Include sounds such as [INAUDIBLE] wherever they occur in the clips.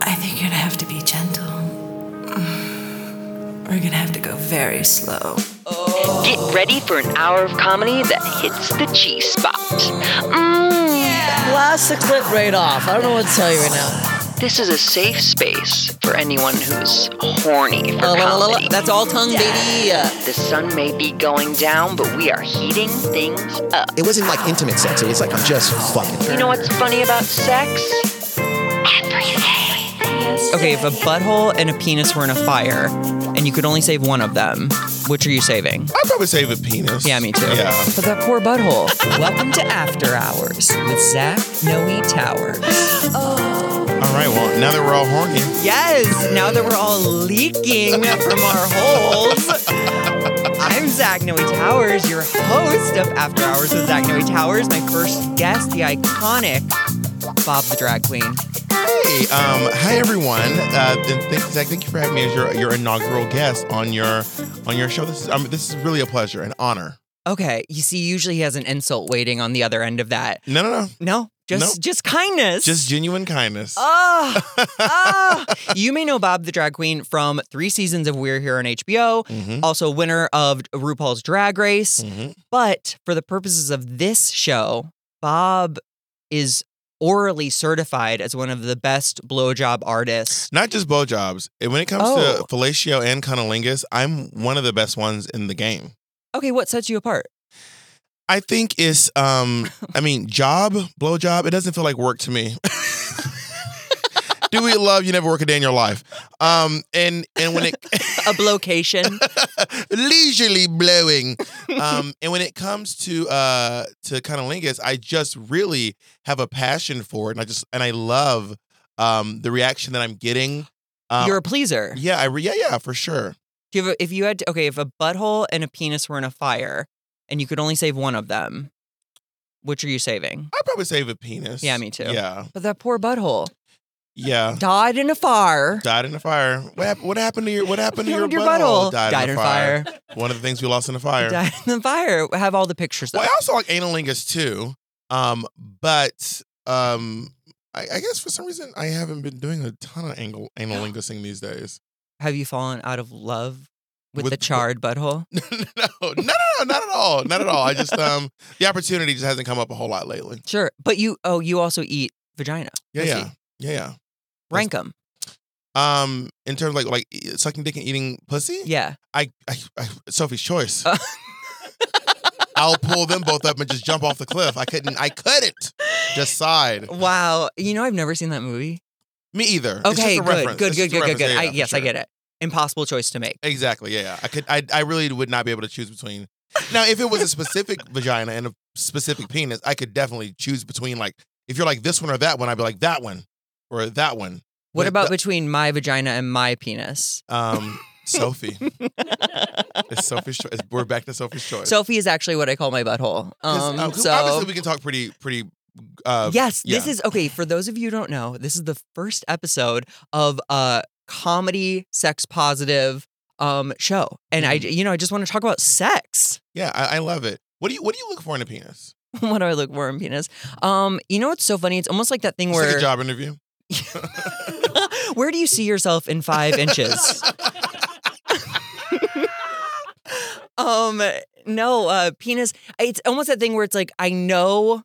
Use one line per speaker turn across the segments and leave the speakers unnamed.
I think you're gonna have to be gentle. We're gonna have to go very slow.
Get ready for an hour of comedy that hits the G spot. Mm,
Blast the clip right off. I don't know what to tell you right now.
This is a safe space for anyone who's horny for
La, la, la, la,
comedy.
la. That's all tongue, baby. Uh,
The sun may be going down, but we are heating things up.
It wasn't like intimate sex. It was like I'm just fucking.
You know what's funny about sex? Everything.
Okay, if a butthole and a penis were in a fire and you could only save one of them, which are you saving?
I'd probably save a penis.
Yeah, me too.
Yeah.
But that poor butthole. Welcome to After Hours with Zach Noe Towers.
All right. Well, now that we're all horny,
Yes, now that we're all leaking from our holes. I'm Zach Noe Towers, your host of After Hours with Zach Noe Towers. My first guest, the iconic Bob the Drag Queen.
hey, um, hi everyone. Uh, and thank, Zach, thank you for having me as your, your inaugural guest on your on your show. This is um, this is really a pleasure, an honor.
Okay, you see, usually he has an insult waiting on the other end of that.
No, no, no.
No, just
Nope.
just kindness.
Just genuine kindness.
Oh, oh. You may know Bob the Drag Queen from three seasons of We're Here on HBO,
Mhm.
also winner of RuPaul's Drag Race.
Mhm.
But for the purposes of this show, Bob is orally certified as one of the best blowjob artists.
Not just blowjobs. And When it comes
Oh.
to fellatio and cunnilingus, I'm one of the best ones in the game.
Okay, what sets you apart?
I think it's um I mean job, blowjob, it doesn't feel like work to me. [LAUGHS] Do we love you never work a day in your life? Um and and when it [LAUGHS]
A [LAUGHS] blocation.
leisurely blowing. Um and when it comes to uh to cunnilingus, I just really have a passion for it and I just and I love um the reaction that I'm getting. Um,
You're a pleaser.
yeah, I re- yeah, yeah, for sure.
Do you have a, if you had to, okay, if a butthole and a penis were in a fire and you could only save one of them, which are you saving?
I'd probably save a penis.
Yeah, me too.
Yeah.
But that poor butthole
Yeah.
died in a fire.
Died in the fire. What, hap- what happened to your What happened to [LAUGHS] your,
butthole.
butthole? Died, in the fire. One of the things we lost in the fire.
Died in the fire. Have all the pictures
Well,
up.
I also like analingus too, um, but um, I, I guess for some reason I haven't been doing a ton of anal analingusing these days. [LAUGHS]
Have you fallen out of love with,
With-
the charred butthole?
[LAUGHS] no, no, no, no, not at all, not at all. I just um, the opportunity just hasn't come up a whole lot lately.
Sure. But you, oh, you also eat vagina.
Yeah,
pussy.
yeah, yeah,
Rank them.
yeah. Um, in terms of like like e- sucking dick and eating pussy,
Yeah.
I, I, I Sophie's choice.
Uh.
[LAUGHS] I'll pull them both up and just jump off the cliff. I couldn't. I couldn't decide.
Wow. You know, I've never seen that movie.
Me either. It's just
Okay.
a
Good.
reference.
Good. Good.
It's just a
Good. Good.
reference.
Good.
Yeah,
I,
yeah, for
yes, I
sure.
get it. Impossible choice to make.
Exactly. Yeah, yeah. I could. I. I really would not be able to choose between. Now, if it was a specific [LAUGHS] vagina and a specific penis, I could definitely choose between. Like, if you're like this one or that one, I'd be like that one or that one.
What
But
about
the-
between my vagina and my penis? [LAUGHS]
um Sophie? It's Sophie's choice. We're back to Sophie's choice.
Sophie is actually what I call my butthole.
'Cause,
Um,
uh,
so
obviously we can talk pretty, pretty. Uh,
yes, this
yeah.
is okay. For those of you who don't know, this is the first episode of a comedy sex positive um show, and
Mm-hmm.
I, you know, I just want to talk about sex.
Yeah, I, I love it. What do you What do you look for in a penis?
[LAUGHS] what do I look for in penis? Um, you know what's so funny? It's almost like that thing
It's like a
where
job interview.
where do you see yourself in five inches? um, no, uh, penis. It's almost that thing where it's like I know.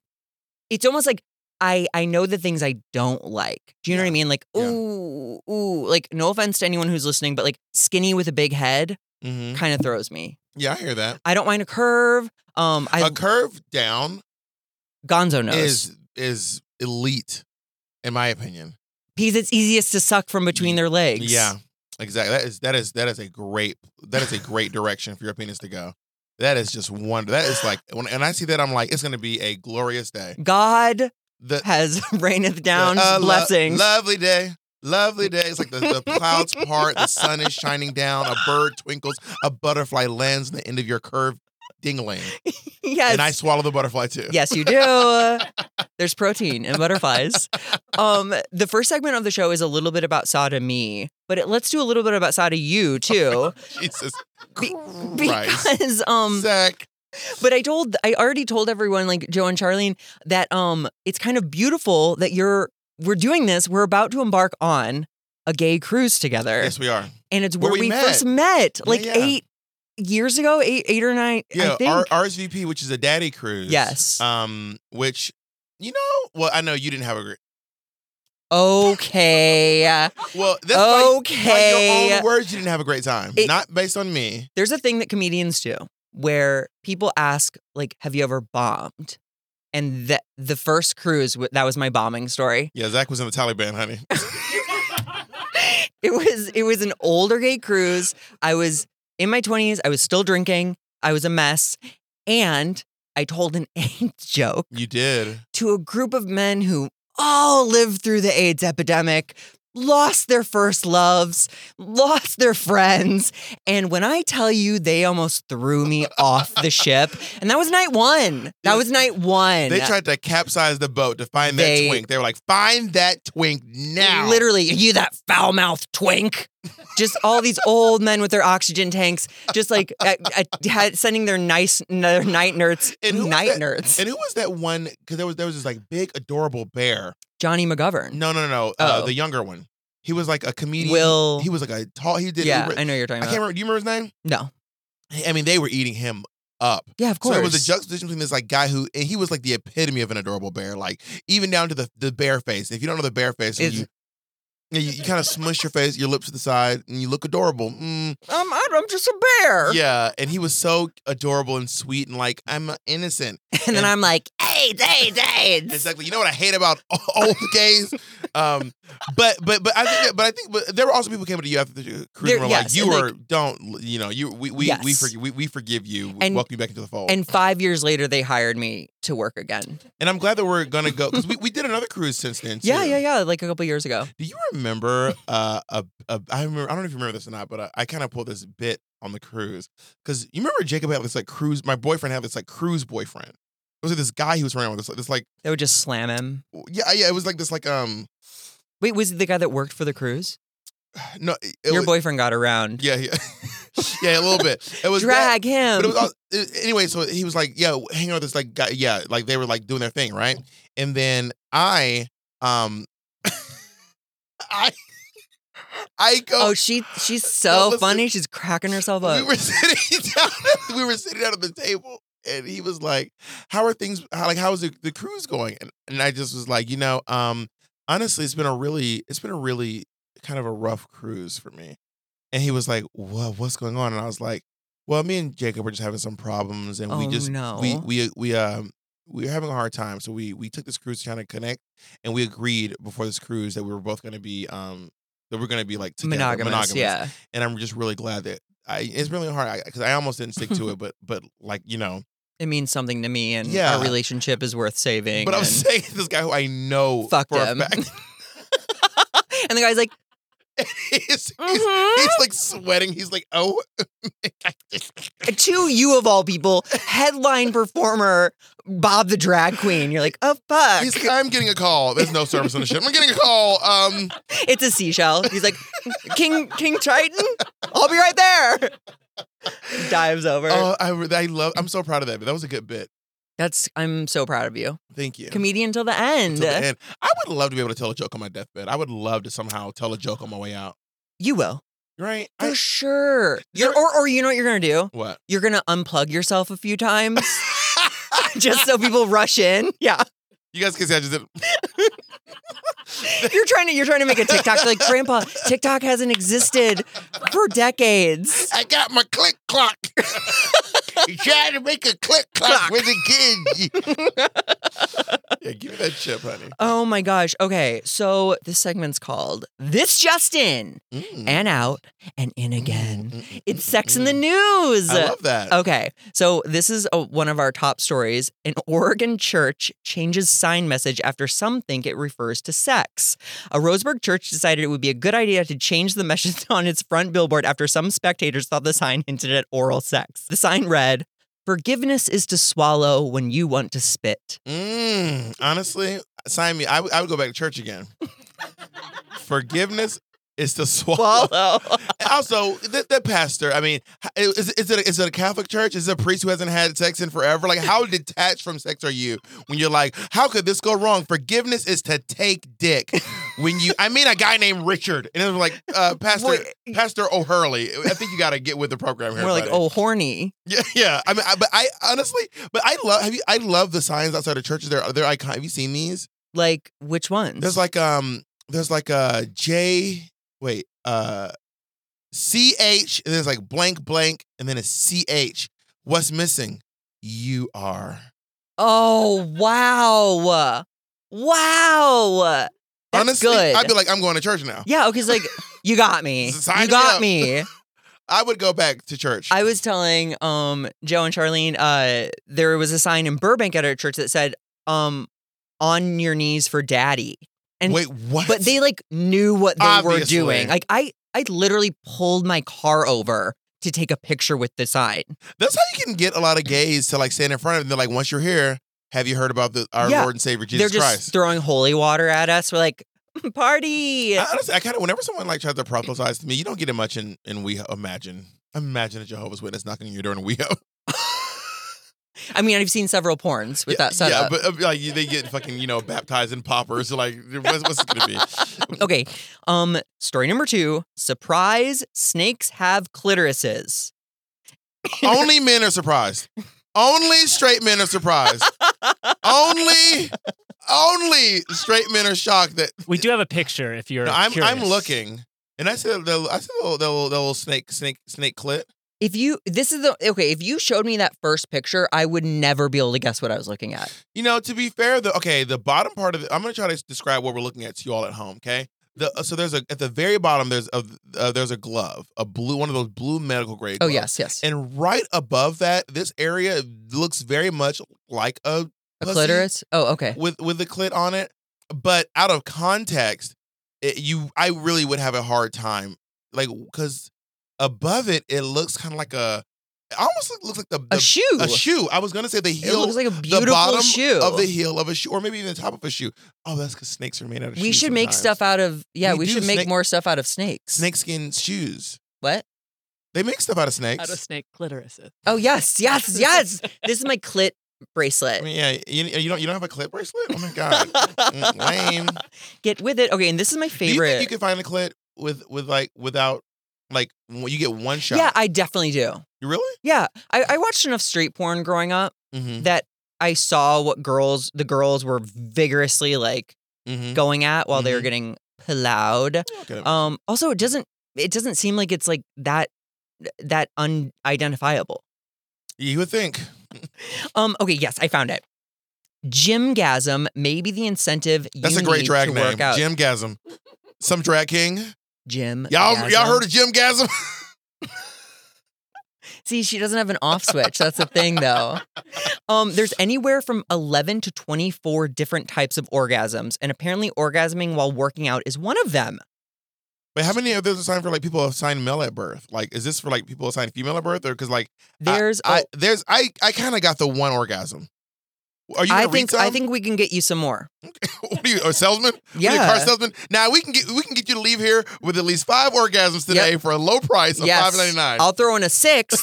It's almost like I I know the things I don't like. Do you know what I
Yeah.
mean? Like
Yeah.
ooh ooh. Like no offense to anyone who's listening, but like skinny with a big head
hmm
kind of throws me.
Yeah, I hear that.
I don't mind a curve. Um, I
A curve down
Gonzo knows
is is elite, in my opinion.
because it's easiest to suck from between their legs.
Yeah, exactly. That is that is that is a great that is a great direction for your penis to go. That is just wonder. That is like when and I see that I'm like it's gonna be a glorious day.
God
The
has [LAUGHS] raineth down
Uh, lo-
blessings.
lovely day. Lovely day. It's like the, the clouds part, the sun is shining down, a bird twinkles, a butterfly lands in the end of your curved dingling.
yes.
And I swallow the butterfly too.
Yes, you do. There's protein in butterflies. Um, the first segment of the show is a little bit about sodomy, but it, let's do a little bit about sodomy you too,
Jesus
Be-
Christ.
[LAUGHS] because um.
Zach.
But I told, I already told everyone, like Joe and Charlene, that um, it's kind of beautiful that you're we're doing this. We're about to embark on a gay cruise together.
Yes, we are.
and it's
Where
where,
we
we,
met.
first met,
Yeah,
like
yeah.
eight years ago, eight eight or nine. I
Yeah,
think.
R- RSVP, which is a daddy cruise.
Yes.
Um, which you know, well, I know you didn't have a. gr-
okay.
Well, that's by- by,
Okay.
your own words, you didn't have a great time.
It-
Not based on me.
There's a thing that comedians do where people ask, like, "Have you ever bombed?" And the the first cruise w- that was my bombing story. [LAUGHS]
Yeah, Zach was in the Taliban, honey.
It was it was an older gay cruise. I was in my 20s. I was still drinking. I was a mess, and I told an [LAUGHS] AIDS joke.
You did.
to a group of men who all lived through the AIDS epidemic, lost their first loves, lost their friends. And when I tell you, they almost threw me off the ship. And that was night one. That was night one.
They tried to capsize the boat to find that
They-
twink. They were like, find that twink now.
Literally, you that foul mouthed twink. Just all these old men with their oxygen tanks, just like uh, uh, had- sending their nice their night nerds,
And who was
night
that-
nerds.
And who was that one? Because there was there was this like big adorable bear.
Johnny McGovern.
No, no, no, no. Uh,
Oh.
the younger one. He was like a comedian.
Will.
He was like a tall. He did.
yeah,
he-
I know you're
I
talking
can't
about.
remember. Do you remember his name?
No.
I mean, they were eating him up.
Yeah, of
So
course.
it was a juxtaposition between this like guy who and he was like the epitome of an adorable bear, like even down to the the bear face. If you don't know the bear face, when
It's-
you, yeah, you, you kind of smush your face, your lips to the side, and you look adorable. Mm,
Um, I- I'm just a bear.
yeah, and he was so adorable and sweet and like I'm innocent.
[LAUGHS] And then
And-
I'm like, AIDS, AIDS,
[LAUGHS]
AIDS.
Exactly. You know what I hate about [LAUGHS] old gays, um, but but but I think but I think but there were also people who came to you after the uh, cruise and
There-
were
yes,
like, you
and,
were
like-
don't you know you we we we,
Yes.
forgive, we we forgive you,
And-
welcome you back into the fold.
And five years later, they hired me to work again.
And I'm glad that we're gonna go because we, we did another cruise since then.
Yeah,
too.
yeah, yeah. Like a couple years ago.
Do you remember? Uh, a, a, I remember. I don't know if you remember this or not, but uh, I, I kind of pulled this bit on the cruise because you remember Jacob had this like cruise. My boyfriend had this like cruise boyfriend. It was like this guy he was running with. This, like- this like
They would just slam him.
yeah yeah. It was like this like um
Wait, was it the guy that worked for the cruise?
no. It, it
Your
was,
boyfriend got around.
Yeah [LAUGHS] yeah yeah a little bit. It was that-
Drag him.
But it was all, it- anyway. So he was like, "Yeah, hang out with this like guy." Yeah, like they were like doing their thing, right? And then I, um, [LAUGHS] I, I go.
oh, she
[LAUGHS]
she's
Well,
so
listen.
funny. She's cracking herself
we
up.
were [LAUGHS] sitting down. we were sitting down at the table, and he was like, "How are things? How, like, how is the, the cruise going?" And, and I just was like, "You know, um, honestly, it's been a really, it's been a really kind of a rough cruise for me." And he was like, "What? What's going on?" And I was like, "Well, me and Jacob were just having some problems, and we
Oh,
just
no.
we we we um." We were having a hard time, so we we took this cruise to kind of connect, and we agreed before this cruise that we were both going to be um that we're going to be like together,
monogamous, Yeah.
and I'm just really glad that I. It's really hard because I, almost didn't stick to it, but but like you know,
It means something to me, and
Yeah.
our relationship is worth saving.
but I'm [LAUGHS]
and, [LAUGHS]
saying this guy who I know
Fucked
for
him.
a fact, [LAUGHS]
and the guy's like,
he's, he's,
"Mhm."
he's like sweating. He's like, oh, [LAUGHS]
to you of all people, headline performer Bob the drag queen. You're like, oh fuck,
he's like, I'm getting a call. There's no service on the ship. I'm getting a call. Um,
it's a seashell. He's like, King King Triton, I'll be right there. Dives over.
oh, I re- I love. I'm so proud of that. But that was a good bit.
That's I'm so proud of you,
Thank you.
comedian till the end.
Till the end. I would love to be able to tell a joke on my deathbed. I would love to somehow tell a joke on my way out.
You will
Right?
for
I-
sure. You're, or or you know what you're gonna do?
what?
You're gonna unplug yourself a few
[LAUGHS]
times. Just so people rush in. Yeah.
You guys can see I just did.
You're trying to you're trying to make a TikTok. Like, grandpa, TikTok hasn't existed for decades.
I got my click clock. [LAUGHS] you trying to make a click clock, with the kid. [LAUGHS] yeah, give me that chip, honey.
Oh my gosh. Okay. So this segment's called This Justin
Mm.
and Out and In Again.
Mm, mm, mm,
It's
mm,
Sex in
mm.
the News.
I love that.
Okay. So this is a, one of our top stories. An Oregon church changes sign message after some think it refers to sex. A Roseburg church decided it would be a good idea to change the message [LAUGHS] on its front billboard after some spectators thought the sign hinted at oral sex. The sign read, Forgiveness is to swallow when you want to spit.
Mm, honestly, sign me. I would- I would go back to church again. Forgiveness is to swallow.
Swallow.
also, the, the pastor. I mean, h- is, is it is it a Catholic church? Is it a priest who hasn't had sex in forever? Like, how detached from sex are you when you're like, how could this go wrong? Forgiveness is to take dick. When you, I mean, a guy named Richard, and it was like, uh,
[LAUGHS]
Pastor
Wait.
Pastor O'Hurley. I think you got to get with the program here.
We're like,
buddy.
oh, horny.
[LAUGHS] yeah, yeah. I mean, I, but I honestly, but I love. Have you? I love the signs outside of churches. They're they're icon. Have you seen these?
Like, which ones?
There's like um there's like a J wait, uh C H and there's like blank blank and then a C H. What's missing? You are.
oh, wow. Wow. That's
Honestly,
good.
I'd be like, I'm going to church now.
yeah, okay, it's
[LAUGHS]
like, you got me.
Sign
you
me
got
up.
me.
I would go back to church.
I was telling um Joe and Charlene, uh, there was a sign in Burbank at our church that said, um, on your knees for daddy. and-
wait, what?
But they like knew what they were
Obviously.
doing. Like I I literally pulled my car over to take a picture with the sign.
That's how you can get a lot of gays to like stand in front of them. They're like, once you're here, have you heard about the our
Yeah.
Lord and Savior Jesus
They're just
Christ?
throwing holy water at us. We're like, [LAUGHS] party.
I honestly, I kind of whenever someone like tries to proselytize to me, you don't get it much in in WeHo. Imagine, imagine a Jehovah's Witness knocking on your door in WeHo.
I mean, I've seen several porns with that
yeah,
setup.
but uh, like they get fucking you know baptized in poppers. Like what's, what's it gonna be?
okay. Um, story number two. Surprise, snakes have clitorises.
Only men are surprised. Only straight men are surprised. only, only straight men are shocked that
We do have a picture if you're.
No, I'm
curious.
I'm looking. And I said the I said the little, the little, the little snake snake snake clit.
If you this is the okay, if you showed me that first picture, I would never be able to guess what I was looking at.
You know, to be fair, the okay, the bottom part of it. I'm gonna try to describe what we're looking at to you all at home. Okay, the uh, so there's a at the very bottom there's a uh, there's a glove, a blue one of those blue medical grade.
Oh
gloves.
yes, yes.
And right above that, this area looks very much like a,
A
pussy
clitoris? Oh, okay.
with with the clit on it. But out of context, it, you I really would have a hard time, like because above it it looks kind of like a, it almost look- looks like the, the
a shoe.
a shoe. I was gonna say the heel.
it looks like a
the
beautiful
bottom
shoe.
of the heel of a shoe, or maybe even the top of a shoe. Oh, that's because snakes are made out of.
we
shoes
should make
sometimes.
stuff out of yeah,
We
we,
do
should make
snake-
more stuff out of snakes.
snakeskin shoes. [LAUGHS]
What?
They make stuff out of snakes.
Out of snake clitoris.
Oh yes, yes, yes. this is my clit bracelet.
I mean, yeah, you, you don't you don't have a clit bracelet? Oh
[LAUGHS]
my god, Mm, lame.
Get with it. Okay, and this is my
Do you
favorite.
think you can find a clit with with like without like when you get one shot?
yeah, I definitely do.
you really?
Yeah. I, I watched enough street porn growing up
Mm-hmm.
that I saw what girls the girls were vigorously like
Mm-hmm. Uh,
going at while they were
Mhm.
getting plowed.
Okay.
Um also it doesn't it doesn't seem like it's like that that unidentifiable.
you would think.
Um okay, yes, I found it. Gymgasm may be the incentive you
That's a great
need
drag
to
name.
work out. Uh,
Jim Gasm. Some drag king.
Gym.
Y'all y'all heard of Jim Gasm?
See, she doesn't have an off switch. That's the thing, though. Um, there's anywhere from 11 to 24 different types of orgasms, and apparently, orgasming while working out is one of them.
[LAUGHS] But how many of those are signed for like people assigned male at birth? Like, is this for like people assigned female at birth, or because like
There's,
I,
oh,
there's I I kind of got the one orgasm. Are you?
I,
Gonna read
think, I
some?
think we can get you some more.
[LAUGHS] What are you, a salesman? What are you, a car
Yeah,
salesman. Now we can get we can get you to leave here with at least five orgasms today for a low price of
yes.
five ninety nine.
I'll throw in a
[LAUGHS]
six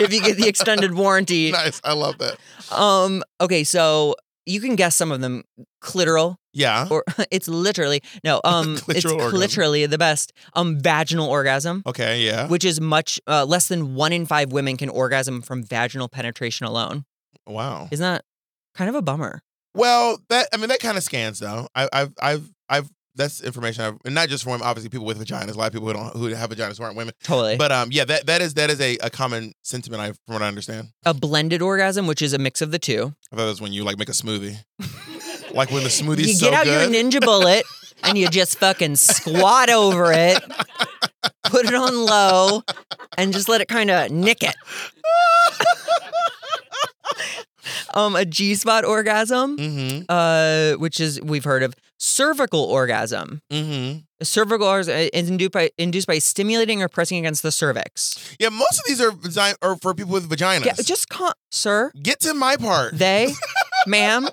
if you get the extended [LAUGHS] warranty.
Nice, I love that.
Um, okay, so you can guess some of them. Clitoral, [LAUGHS]
Yeah.
or it's literally no, um, it's
Clitoral orgasm.
literally the best. Um, vaginal orgasm.
Okay. Yeah.
which is much uh, less than one in five women can orgasm from vaginal penetration alone.
Wow.
Isn't that kind of a bummer?
Well, that I mean that kind of scans though. I, I've I've I've that's information I've and not just for women. Obviously, people with vaginas. A lot of people who don't who have vaginas who aren't women.
Totally.
But um, yeah, that that is that is a, a common sentiment. I from what I understand.
a blended orgasm, which is a mix of the two.
I thought that's when you like make
[LAUGHS]
a smoothie, like when the smoothie's
you
so
get out
good.
your ninja bullet
[LAUGHS]
and you just fucking squat over it, put it on low, and just let it kind of nick
[LAUGHS]
it. um, a G spot orgasm,
Mm-hmm.
uh, which is we've heard of cervical orgasm.
Mm-hmm.
A cervical orgasm is induced by, induced by stimulating or pressing against the cervix.
Yeah, most of these are design are for people with vaginas.
Yeah, just con- sir,
get to my part.
they, ma'am.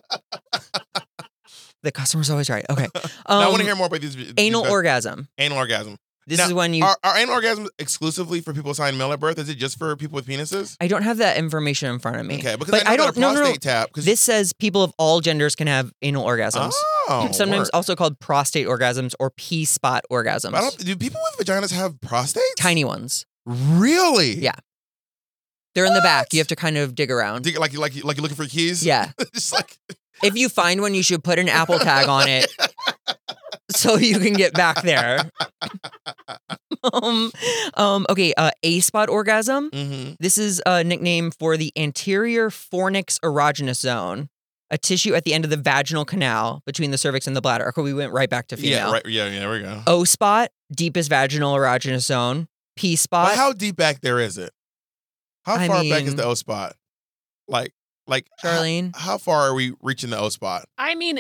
The customer's always right. Okay. Um,
[LAUGHS] No, I want to hear more about these. these
anal
guys-
orgasm.
anal orgasm.
This
Now,
is when you.
Are, are anal orgasms exclusively for people assigned male at birth? Is it just for people with penises?
I don't have that information in front of me.
Okay, because
but
I, know
don't.
that a prostate
no, no, no.
tap. 'cause-
This says people of all genders can have anal orgasms.
oh,
Sometimes
work.
also called prostate orgasms or P spot orgasms.
I don't, do people with vaginas have prostates?
Tiny ones.
Really?
Yeah. They're in the back.
What?
You have to kind of dig around.
Dig- like like like you're looking for keys.
yeah.
[LAUGHS] Just like
If you find one, you should put an Apple tag on it so you can get back there. [LAUGHS] um, um, okay, uh, A spot orgasm.
mhm.
This is a nickname for the anterior fornix erogenous zone, a tissue at the end of the vaginal canal between the cervix and the bladder. Okay, we went right back to female.
Yeah. Right. Yeah. Yeah. There we go.
O spot, deepest vaginal erogenous zone. P
But
spot.
how deep back there is it? How
I
far back is
mean-
the O spot? Like like h-
Charlene.
How, far are we reaching the O spot?
I mean,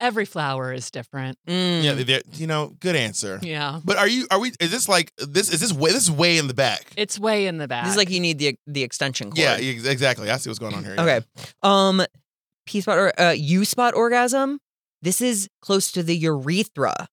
every flower is different.
Mm.
Yeah. there- You know. Good answer.
Yeah.
But are you? Are we? Is this like this? Is this way? This is way in the back.
It's way in the back.
This is like you need the the extension cord.
yeah. ex- Exactly. I see what's going on here. yeah.
Okay. Um, P spot or uh, U spot orgasm. This is close to the urethra,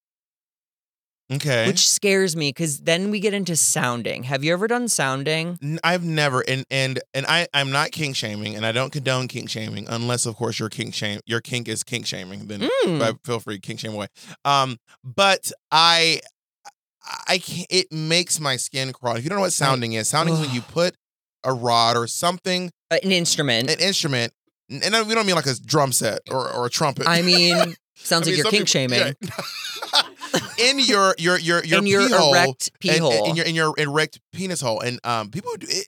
Okay.
which scares me because then we get into sounding. Have you ever done sounding?
N- I've never and and and I I'm not kink shaming and I don't condone kink shaming unless of course your kink shame your kink is kink shaming then
Mm.
but feel free to kink shame away. Um, but I I can't. It makes my skin crawl. If you don't know what sounding is, sounding is when you put a rod or something,
Uh, An instrument.
an instrument, and I- we don't mean like a drum set or, or a trumpet.
I mean, sounds
[LAUGHS] I
like
mean,
you're kink
some people-
shaming.
yeah. [LAUGHS] in your
[LAUGHS]
your your your
in your
pee hole,
erect pee
and- and-
hole.
in your in your erect penis hole, and um, people do it.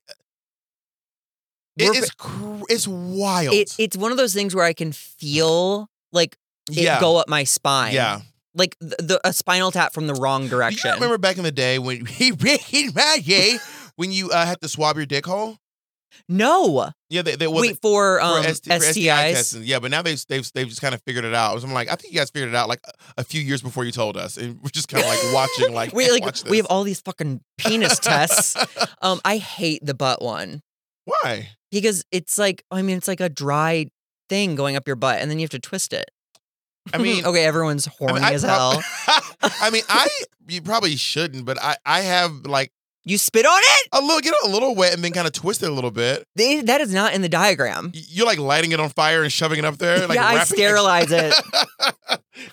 It
We're-
is cr- it's wild.
it, it's one of those things where I can feel like it
yeah,
go up my spine.
yeah.
Like the, the a spinal tap from the wrong
Do
direction.
you remember back in the day when [LAUGHS] when you uh, had to swab your dick hole?
no.
Yeah, they, they well,
Wait for
for
um
ST for STI
STIs.
testing. Yeah, but now they've they've they've just kind of figured it out. So I'm like, I think you guys figured it out like a- a few years before you told us, and we're just kind of
[LAUGHS]
like watching like
we like
watch
we have
this.
all these fucking
[LAUGHS]
penis tests. Um, I hate the butt one
Why?
because it's like I mean it's like a dry thing going up your butt, and then you have to twist it. [LAUGHS]
I mean,
okay, everyone's horny
I,
as
prob-
hell.
[LAUGHS] I mean, I you probably shouldn't, but I I have like
You spit on it?
a little get it a little wet and then kind of twist it a little bit.
They, that is not in the diagram.
[LAUGHS] Y- You're like lighting it on fire and shoving it up there. Like
yeah, I
wrapping it- [LAUGHS]
sterilize it.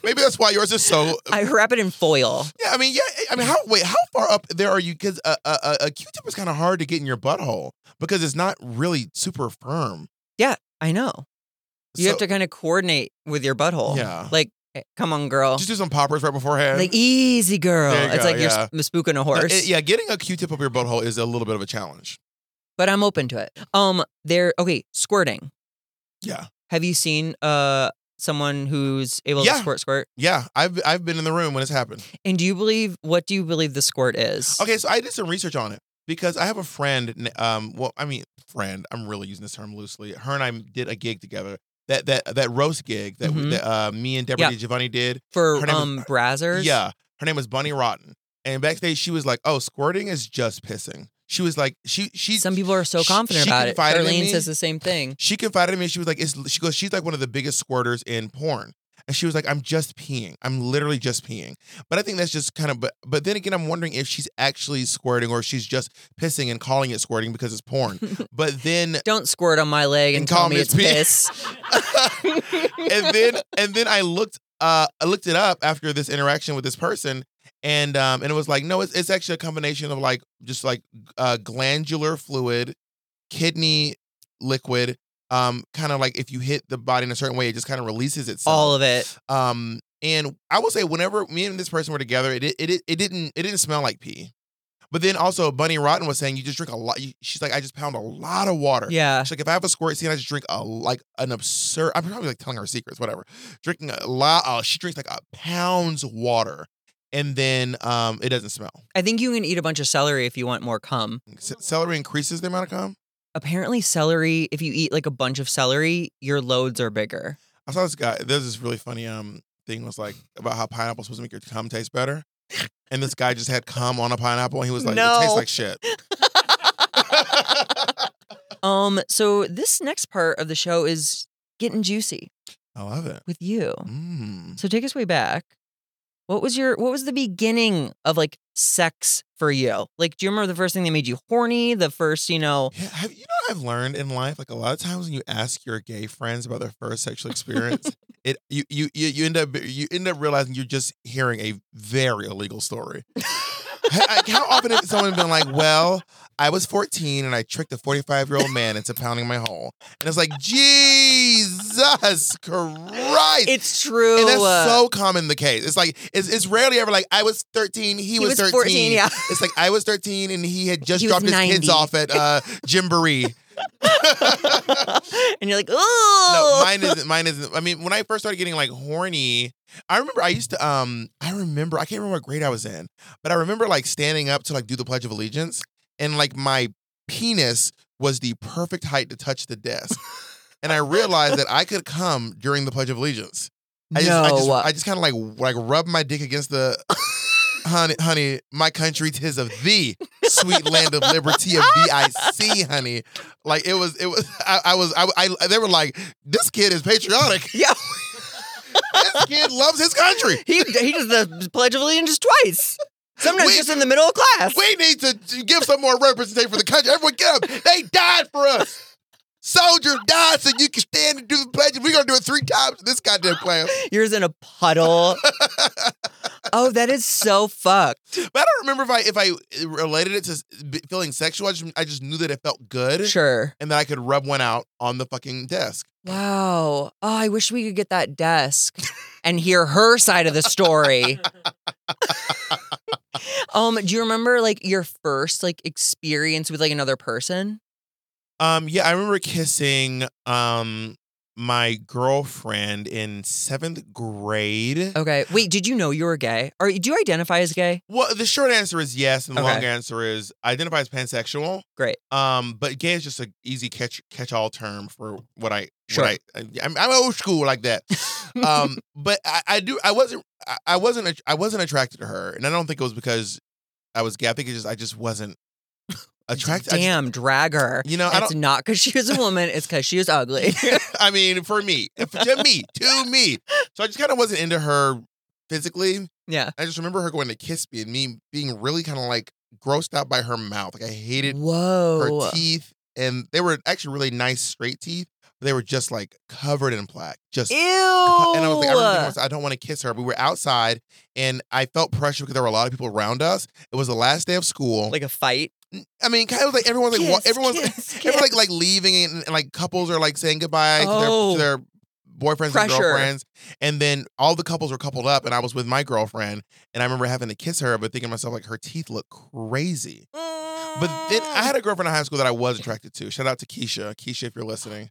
Maybe that's why yours is so.
I wrap it in foil.
yeah, I mean, yeah. I mean, how wait, how far up there are you? Because a, a, a- a Q-tip is kind of hard to get in your butthole because it's not really super firm.
I know. You have
So-
to kind of coordinate with your butthole.
Yeah.
Like, eh, come on, girl.
just do some poppers right beforehand.
like, easy, girl.
There you
It's
go,
like you're
yeah.
sp- spooking a
No,
horse.
it- yeah, getting a Q-tip up your butthole is a little bit of a challenge.
But I'm open to it. Um, there. Okay, squirting.
Yeah,
Have you seen uh someone who's able
Yeah.
to squirt squirt?
yeah. I've I've been in the room when it's happened.
And do you believe? What do you believe the squirt is?
Okay, so I did some research on it because I have a friend. n- Um, well, I mean, friend. I'm really using this term loosely. Her and I did a gig together. That that that roast gig that, we
Mhm.
that uh, me and Deborah
Yeah.
Di Giovanni did. Her
For
name is-
um brazzers.
Yeah, her name was Bunny Rotten. And backstage, she was like, "Oh, squirting is just pissing." She was like, "She she."
Some people are so
she-
confident
she
about it.
confided in
Charlene
me.
says the same thing.
She confided in me. She was like, it's, she goes, she's like one of the biggest squirters in porn. And she was like, I'm just peeing. I'm literally just peeing. But I think that's just kind of, but, but then again, I'm wondering if she's actually squirting or if she's just pissing and calling it squirting because it's porn. but then,
Don't squirt on my leg and,
And
call
call
me
me
it's
pee.
piss.
and then, and then I looked, uh, I looked it up after this interaction with this person. And, um, and it was like, no, it's, it's actually a combination of like, just like, uh, glandular fluid, kidney liquid, um, kind of like if you hit the body in a certain way, it just kind of releases itself.
[LAUGHS] All of it.
Um, and I will say, whenever me and this person were together, it it it, it didn't it didn't smell like pee. But then also, Bunny Rotten was saying you just drink a lot. you- She's like, I just pound a lot of water.
Yeah.
She's like, if I have a squirt scene, I just drink a like an absurd. I'm probably like telling her secrets, whatever. Drinking a lot. Uh, she drinks like a pounds water, and then um, it doesn't smell.
I think you can eat a bunch of celery if you want more cum.
C- celery increases the amount of cum.
Apparently, celery. If you eat like a bunch of celery, your loads are bigger.
I saw this guy. There's this really funny um thing was like about how pineapple's supposed to make your cum taste better, and this guy just had cum on a pineapple, and he was like, it
No.
tastes like shit.
Um. So this next part of the show is getting juicy
I love it.
with you.
Mm.
So take us way back. What was your what was the beginning of like sex for you? Like, do you remember the first thing that made you horny? The first, you know,
Yeah, have, you know what I've learned in life? Like a lot of times when you ask your gay friends about their first sexual [LAUGHS] experience, it you you you you end up you end up realizing you're just hearing a very illegal story. Ha- like, How often has someone been like, "Well, I was 14 and I tricked a 45 year old man into pounding my hole," and it's like, Jesus Christ.
it's true.
and that's
Uh,
so common the case. It's like it's, it's rarely ever like I was 13, he, was, 13.
14, yeah.
It's like I was 13 and he had just
He was
dropped his
90.
kids off at uh
[LAUGHS]
Gymboree. [LAUGHS]
and you're like,
No,
oh
mine isn't. Mine isn't. I mean, when I first started getting like horny, I remember I used to. Um, I remember I can't remember what grade I was in, but I remember like standing up to like do the Pledge of Allegiance, and like my penis was the perfect height to touch the desk, and I realized that I could come during the Pledge of Allegiance. I just, I just,
No.
I just kind of like like rub my dick against the. [LAUGHS] Honey, honey, my country tis of thee, sweet land of liberty of B.I.C. Honey, like it was, it was. I, I was, I, I. They were like, this kid is patriotic.
[LAUGHS] yeah.
This kid loves his country.
He he does
[LAUGHS]
the Pledge of Allegiance twice. Sometimes
We-
just in the middle of class.
We need to give some more representation for the country. Everyone, get up! They died for us. Soldiers died so you can stand and do the pledge. We're gonna do it three times in this goddamn class.
Yours in a
[LAUGHS]
puddle. oh, that is so fucked.
But I don't remember if I if I related it to s- b- feeling sexual. I just I just knew that it felt good,
Sure.
and that I could rub one out on the fucking desk.
Wow. Oh, I wish we could get that desk and hear her side of the story. um, do you remember like your first like experience with like another person?
Um, yeah, I remember kissing um my girlfriend in seventh grade.
Okay. Wait, did you know you were gay? Or do you identify as gay?
Well, the short answer is yes, and the long
Okay.
answer is I identify as pansexual.
Great.
Um, but gay is just an easy catch catch all term for what I
Sure.
what I, I am I'm old school like that. um,
[LAUGHS]
but I, I do I wasn't I- I wasn't att- I wasn't attracted to her, and I don't think it was because I was gay. I think it's just I
[LAUGHS]
just wasn't attracted. I just-
Damn, drag her.
you know, I
It's not because she was a woman, it's because she was ugly. [LAUGHS]
[LAUGHS] I mean, for me, to me, to me. So I just kind of wasn't into her physically.
yeah.
I just remember her going to kiss me and me being really kind of like grossed out by her mouth. Like I hated
Whoa.
her teeth, and they were actually really nice straight teeth. But they were just like covered in plaque. Just
Ew.
co- and I was like, I, really don't want to- I don't want to kiss her. We were outside, and I felt pressure because there were a lot of people around us. It was the last day of
[LAUGHS]
school.
like a fight.
I mean, kind of like everyone's like, wa-
Kiss,
everyone's
kiss,
[LAUGHS] Everyone
kiss.
like like leaving and, and, like couples are like saying goodbye
Oh.
to, their, to their boyfriends
Pressure.
and girlfriends. And then all the couples were coupled up and I was with my girlfriend and I remember having to kiss her but thinking to myself like her teeth look crazy. But then I
Ah.
had a girlfriend in high school that I was attracted to. Shout out to Keisha. Keisha if you're listening.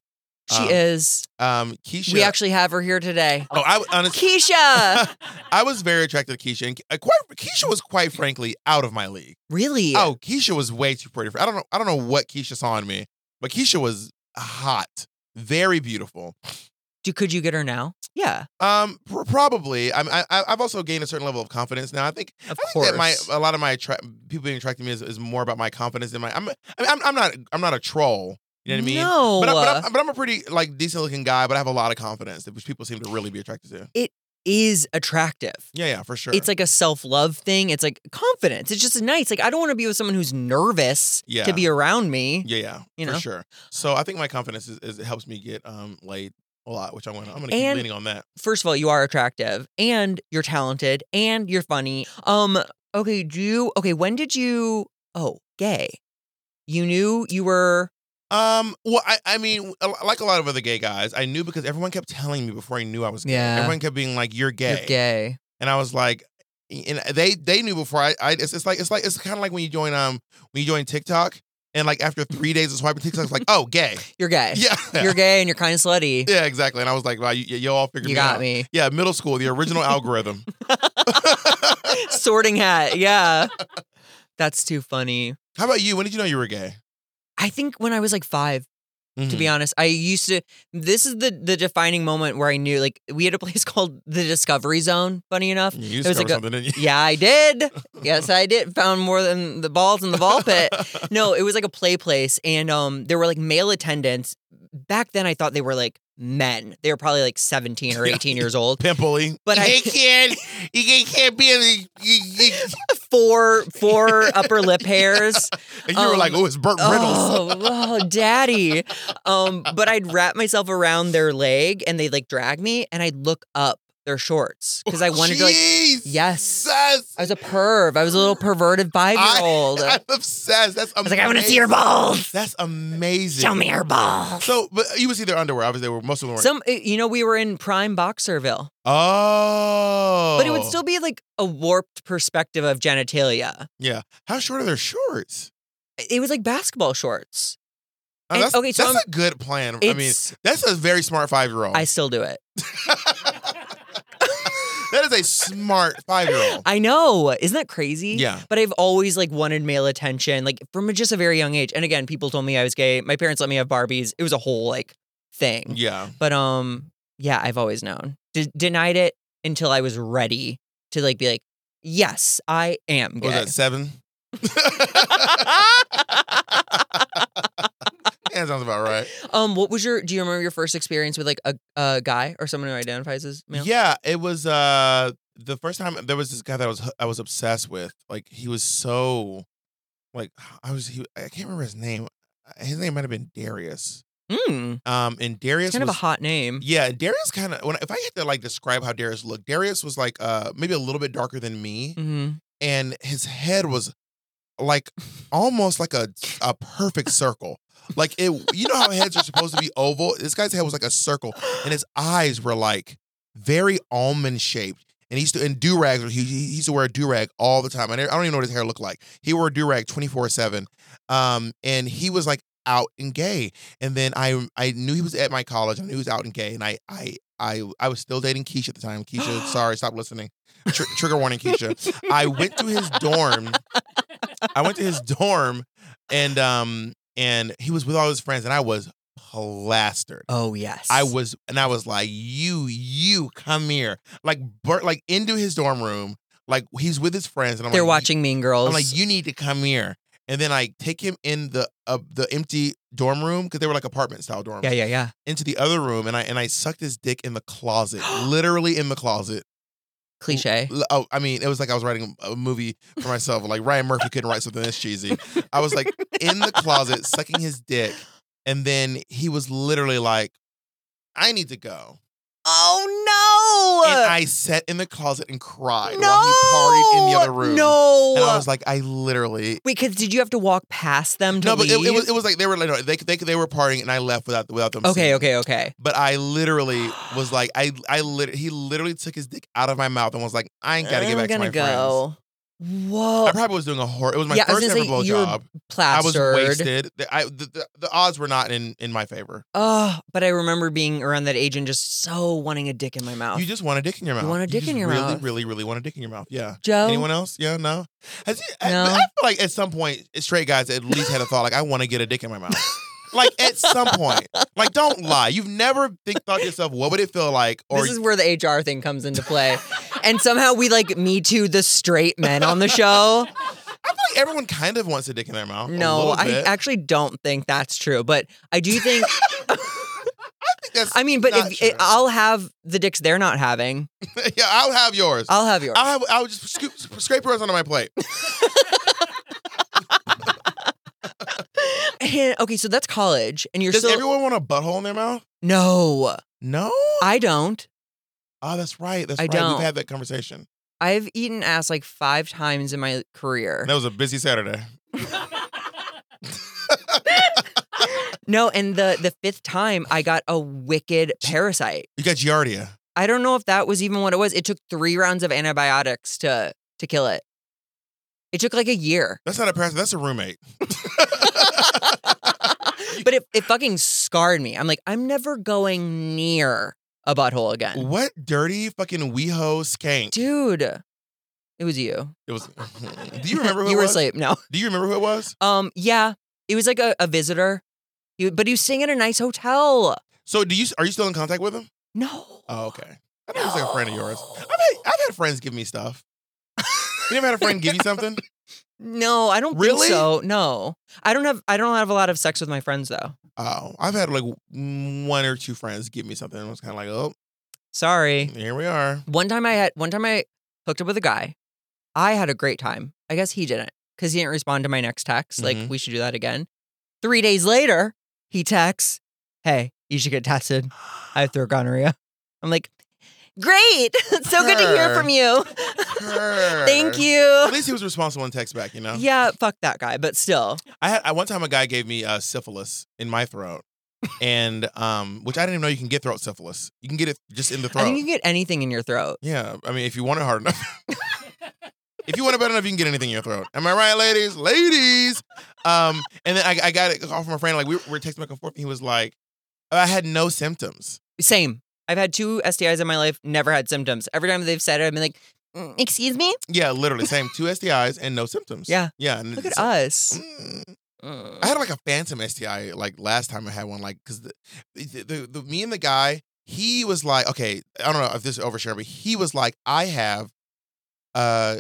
She
um,
is.
Um Keisha
We actually have her here today.
Oh, I honestly [LAUGHS]
Keisha.
I was very attracted to Keisha and Ke- uh, quite Keisha was quite frankly out of my league.
really?
Oh, Keisha was way too pretty for. I don't know. I don't know what Keisha saw in me, but Keisha was hot, very beautiful.
Do, could you get her now? Yeah,
Um, pr- probably. I'm, I, I- I've also gained a certain level of confidence now. I think,
of
I think
course.
that my a lot of my attra- people being attracted to me is, is more about my confidence than my. I'm, I mean, I'm I'm not I'm not a troll. You know what I mean?
No.
But, I, but, I'm, but I'm a pretty like decent looking guy, but I have a lot of confidence, which people seem to really be attracted to.
is attractive.
Yeah, yeah, for sure.
It's like a self love thing. It's like confidence. It's just nice. Like I don't want to be with someone who's nervous
Yeah.
to be around me.
yeah, yeah,
you
for
know?
sure. So I think my confidence is, is it helps me get um laid a lot, which I'm gonna I'm gonna keep
And-
leaning on that.
First of all, you are attractive, and you're talented, and you're funny. Um. Okay. Do you? Okay. When did you? Oh, gay. You knew you were.
Um. Well, I, I mean, a- like a lot of other gay guys, I knew because everyone kept telling me before I knew I was gay.
Yeah.
Everyone kept being like, "You're gay,",
You're gay.
and I was like, and they they knew before I. I it's, it's like it's like it's kind of like when you join um when you join TikTok and like after three days of swiping TikTok, it's like, oh,
[LAUGHS]
gay.
You're gay.
Yeah.
You're gay, and you're kind of slutty.
[LAUGHS] yeah, exactly. And I was like, wow, you, you all figured
you
me
got
out.
me.
Yeah, middle school, the
[LAUGHS]
original algorithm.
Sorting hat. Yeah. That's too funny.
How about you? When did you know you were gay? Mm-hmm.
I think when I was like five, to be honest, I used to. This is the the defining moment where I knew. Like we had a [LAUGHS] place called the Discovery Zone. Funny enough,
Mhm. you
it was like
discovered
a-
something, didn't you? [LAUGHS]
yeah, I did. Yes, I did. Found more than the balls in the ball pit. No, it was like a play place, and um, there were like male attendants. Back then, I thought they were like men. They were probably like 17 or 18 years old.
Pimply.
But I-
Hey, kid, you can't- can't be in the. You, you-
Four four upper lip hairs.
and you were
Um,
like, oh, it's Burt Reynolds. [LAUGHS]
Oh, oh, daddy. Um, but I'd wrap myself around their leg and they'd like drag me and I'd look up their shorts because I wanted to
[LAUGHS]
like
Jesus.
Yes. I was a perv. I was a little perverted five year old.
I, [LAUGHS]
I
am obsessed. That's amazing.
was like, I want to see your balls.
That's amazing.
Show me your balls.
So, but you would see their underwear. Obviously, they were most of them were.
Some, eh, you know, we were in prime Boxerville,
oh,
but it would still be like a warped perspective of genitalia.
Yeah. How short are their shorts?
It was like basketball shorts.
Oh,
And-
that's
okay, so
that's
I'm-
a good plan. I mean,
It's-
that's a very smart five year old. [LAUGHS]
I still do it.
that is a smart five year old.
I know. Isn't that crazy?
Yeah.
But I've always like wanted male attention, like from just a very young age. And again, people told me I was gay. My parents let me have Barbies. It was a whole like thing.
Yeah.
But um, yeah, I've always known. De- denied it until I was ready to like be like, yes, I am
What was
gay.
that seven? [LAUGHS] that sounds about right.
[LAUGHS] um, what was your? Do you remember your first experience with like a, a guy or someone who identifies as male?
Yeah, it was uh the first time there was this guy that I was I was obsessed with. Like he was so like I was he I can't remember his name. uh, His name might have been Darius.
Hmm.
Um and Darius
It's kind
was
of a hot name.
Yeah, Darius kind of when if I had to like describe how Darius looked, Darius was like uh maybe a little bit darker than me
Mm-hmm.
and his head was like almost like a a perfect circle. Like it you know how heads are supposed to be oval? This guy's head was like a circle and his eyes were like very almond shaped. And he used to and do rags. He, he used to wear a do rag all the time. I, never, I don't even know what his hair looked like. He wore a do rag twenty four seven, um, and he was like out and gay. And then I I knew he was at my college. I knew he was out and gay. And I I I I was still dating Keisha at the time. Keisha, sorry, stop listening. Tr- trigger warning, Keisha. I went to his dorm. I went to his dorm, and um and he was with all his friends, and I was plastered.
Oh yes.
I was, and I was like, "You, you, come here!" Like, Bert, like into his dorm room, like he's with his friends, and I'm
They're
like,
watching Mean Girls.
I'm like, "You need to come here," and then I take him in the uh, the empty dorm room because they were like apartment style dorms
yeah, yeah, yeah.
into the other room, and I and I sucked his dick in the closet,
[GASPS]
literally in the closet.
Cliche.
L- Oh, I mean, it was like I was writing a movie for myself. Like Ryan Murphy couldn't write something this cheesy. I was like in the closet sucking his dick, and then he was literally like, "I need to go."
Oh no!
and I sat in the closet and cried while he partied in the other room.
No,
And I was like, I literally
wait, because did you have to walk past them to
no, but
leave?
it, it was it was like they were like no, they they they were partying and I left without without them. seeing
okay,
me.
okay, okay.
But I literally was like, I I lit- he literally took his dick out of my mouth and was like, I ain't gotta get back to my friends.
Whoa,
I probably was doing a horror. It was my
Yeah, I was
first ever
gonna say, you were
blowjob. I was
plastered.
wasted. The, I, the, the, the odds were not in in my favor.
Oh, but I remember being around that age and just so wanting a dick in my mouth.
You just want a dick in your mouth.
Oh. want a dick
just
in your
really,
mouth.
Really, really, want a dick in your mouth. Yeah.
Joe,
Anyone else? Yeah, no. Has he, I-
No.
I, feel like at some point, straight guys at least had a thought like, I want to get a dick in my mouth. like at some point, like don't lie. You've never think, thought to yourself, what would it feel like? Or
this is where the HR thing comes into
[LAUGHS]
play, and somehow we like me too the straight men on the show.
I feel like everyone kind of wants a dick in their mouth. [LAUGHS] a
No,
little
I
bit.
actually don't think that's true, but I do think.
think that's
I
[LAUGHS]
mean, but
not
if
true.
it, I'll have the dicks they're not having,
yeah, I'll have yours. I'll,
I'll have yours.
have, I'll just scoop, scrape yours onto my plate.
And- okay, so that's college, and you're
Does
still
everyone want a butthole in their mouth?
no.
No.
I don't.
oh, that's right. That's
I
right.
don't.
We've had that conversation.
I've eaten ass like five times in my career.
That was a busy Saturday.
No, and the the fifth time I got a wicked parasite.
You got Giardia.
I don't know if that was even what it was. It took three rounds of antibiotics to to kill it. It took like a year,
That's not a person. That's a roommate.
[LAUGHS] but it it fucking scarred me. I'm like, I'm never going near a butthole again,
What dirty fucking weeho skank?
dude. It was you.
It was. [LAUGHS] Do you remember who
you
it
were
was?
asleep. No.
Do you remember who it was?
Um. Yeah. It was like a, a visitor. He, but he was staying at a nice hotel.
So do you? Are you still in contact with him?
No.
Oh, okay. I think he's like a friend of yours. I've had, I've had friends give me stuff. You never had a friend give you
[LAUGHS]
something?
No, I don't
Really?
think so. No. I don't have I don't have a lot of sex with my friends though.
Oh, I've had like one or two friends give me something. And I was kind of like, oh,
Sorry.
here we are.
One time I had one time I hooked up with a guy. I had a great time. I guess he didn't because he didn't respond to my next text.
Mhm.
Like we should do that again. Three days later, he texts, "Hey, you should get tested. I have throat gonorrhea." I'm like, "Great, [LAUGHS] so good to hear
Purr.
from you.
Purr.
[LAUGHS] Thank
At
you."
least he was responsible and text back, you know?
Yeah, fuck that guy, but still,
I had I, one time a guy gave me uh, syphilis in my throat, and um, which I didn't even know you can get throat syphilis. You can get it just in the throat.
I think you can get anything in your throat.
yeah, I mean, if you want it hard enough. If you want it bad enough, you can get anything in your throat. Am I right, ladies? Ladies. Um, and then I, I got it off from a friend. Like we were, we were texting back and forth. And he was like, "I had no symptoms."
Same. I've had two STIs in my life, never had symptoms. Every time they've said it, I've been like, "Mm, "Excuse me."
Yeah, literally, same. Two STIs and no symptoms.
Yeah.
yeah. And
Look
it's-
at us.
Mm.
Mm.
I had like a phantom STI like last time I had one like because the, the, the, the me and the guy he was like okay I don't know if this is overshare but he was like I have uh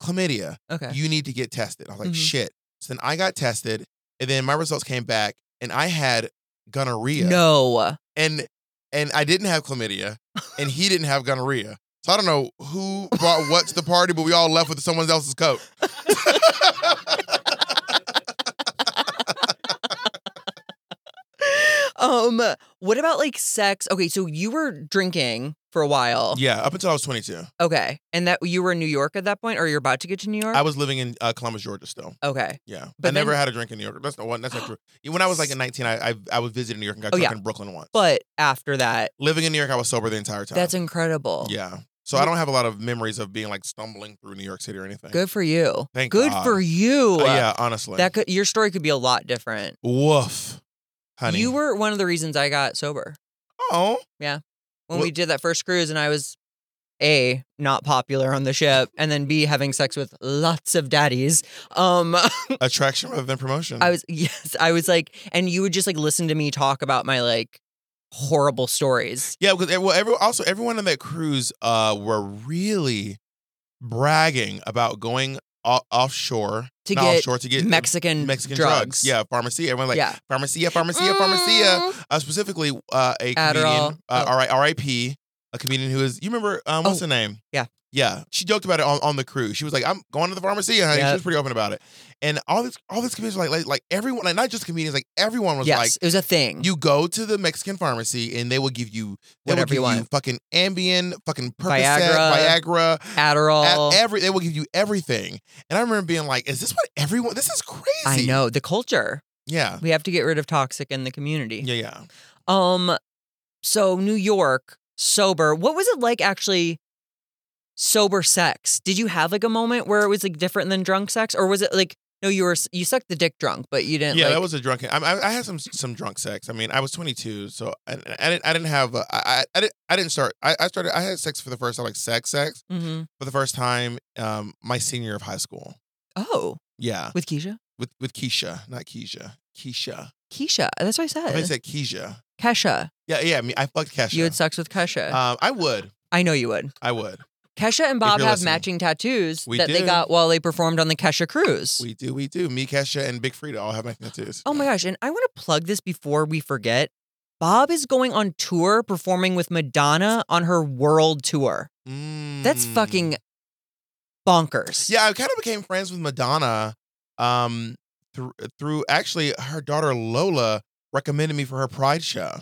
chlamydia
Okay.
you need to get tested I was like
Mhm.
shit so then I got tested and then my results came back and I had gonorrhea
No.
and and I didn't have chlamydia and he didn't have gonorrhea so I don't know who brought what to the party but we all left with someone
[LAUGHS]
else's coat.
um what about like sex okay so you were drinking for a while
yeah, up until I was 22.
okay and that you were in new york at that point or you're about to get to new york
I was living in uh, Columbus, Georgia still.
okay
Yeah.
But
I
then-
never had a drink in New York. That's not one.
[GASPS]
That's not true. When I was like 19, I I, I was visiting New York and got
Oh,
drunk
yeah.
in Brooklyn once.
but after that
living in New York, I was sober the entire time.
that's incredible
yeah. So I don't have a lot of memories of being like stumbling through New York City or anything.
good for you
Thank
good
God.
for you
Uh, yeah, honestly.
that could your story could be a lot different
Woof, honey.
you were one of the reasons i got sober [LAUGHS]
oh
when
Wha-
we did that first cruise and i was a not popular on the ship and then b having sex with lots of daddies um
attraction rather than promotion.
I was [LAUGHS] yes, I was like, and you would just like listen to me talk about my like horrible stories.
yeah, because well, every, also everyone on that cruise uh were really bragging about going o- offshore
To
not
get
offshore to get
Mexican
uh, Mexican drugs.
drugs.
Yeah, pharmacy. Everyone like
yeah.
Pharmacia, Pharmacia, Pharmacia. Uh, specifically, uh, a comedian,
Adderall.
uh,
Oh.
all right, R.I.P. A comedian who is you remember um, what's
Oh,
her name?
yeah.
yeah. She joked about it on, on the cruise. She was like, "I'm going to the pharmacy." Honey. She
Yep.
was pretty open about it, and all this, all this comedians were like, like, like everyone, like not just comedians, like everyone was
Yes,
like,
it was a thing.
"You go to the Mexican pharmacy, and they will give you they will
Whatever you
give
want.
fucking Ambien, fucking Percocet,
Viagra.
Viagra,
Adderall.
a- every they will give you everything." And I remember being like, "Is this what everyone? This is crazy."
I know the culture.
Yeah,
We have to get rid of toxic in the community.
yeah, yeah.
Um, so New York sober. What was it like actually? Sober sex. Did you have like a moment where it was like different than drunk sex, or was it like no, you were you sucked the dick drunk, but you didn't.
yeah,
like,
that was a drunken. I, I, I had some some drunk sex. I mean, I was 22, so I, I didn't I didn't have a, I, I, I didn't I didn't start. I, I started. I had sex for the first time, like sex sex
Mhm.
for the first time. Um, my senior of high school.
Oh,
Yeah,
with Keisha.
with with Keisha, not Keisha, Keisha.
Keisha. That's what I said.
I said Keisha.
Kesha.
Yeah, yeah. I mean, I fucked Kesha.
You had sex with Kesha.
um, I would,
I know you would.
I would.
Kesha and Bob
you're
have
listening.
matching tattoos
We
that
do.
they got while they performed on the Kesha cruise.
We do, we do. Me, Kesha, and Big Frida all have my tattoos.
oh my gosh. And I want to plug this before we forget. Bob is going on tour performing with Madonna on her world tour.
Mm.
That's fucking bonkers.
Yeah, I kind of became friends with Madonna um, through, through actually her daughter Lola recommended me for her Pride show,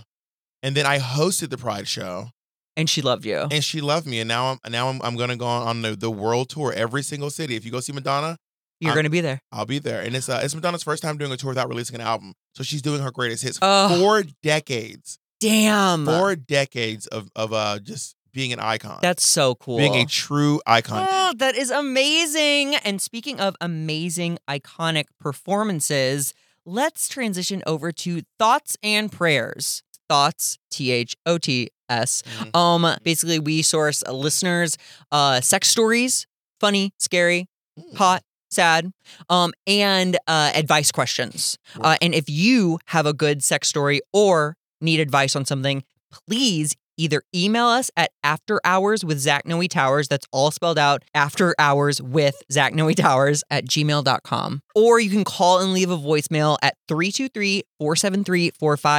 and then I hosted the Pride show,
And she loved you.
and she loved me, and now I'm now I'm, I'm gonna go on the, the world tour every single city. If you go see Madonna,
You're
I'm-
going to be there.
I'll be there, and it's uh, it's Madonna's first time doing a tour without releasing an album, so she's doing her greatest hits.
Oh,
Four decades,
damn.
four decades of of uh, just being an icon,
That's so cool.
being a true icon.
Oh, that is amazing. And speaking of amazing, iconic performances, let's transition over to thoughts and prayers. Thoughts, T H O T S.
Mhm.
Um, basically, we source listeners' uh, sex stories, funny, scary,
Mm.
hot, sad, um, and uh, advice questions. Uh, and if you have a good sex story or need advice on something, please either email us at after hours with Zach Noe Towers, that's all spelled out, after hours with Zach Noe Towers at gmail.com. Or you can call and leave a voicemail at 323 473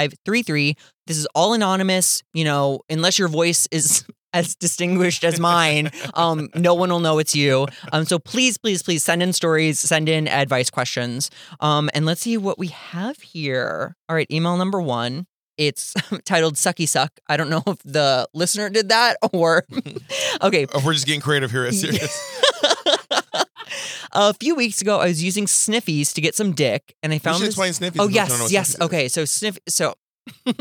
4533. This is all anonymous, you know, unless your voice is [LAUGHS] as distinguished as mine, um, no one will know it's you. Um, so please, please, please send in stories, send in advice questions. Um, and let's see what we have here. All right, email number one. It's titled Sucky Suck. I don't know [LAUGHS] if the listener did that [LAUGHS]
[LAUGHS]
or. okay,
Oh, [LAUGHS] we're just getting
[LAUGHS]
creative here. It's serious.
a few weeks ago, I was using Sniffies to get some dick, and I
We
found
should
this.
explain sniffies.
Oh
if people don't know
yes,
what
yes.
sniffies is.
Okay, so sniff. So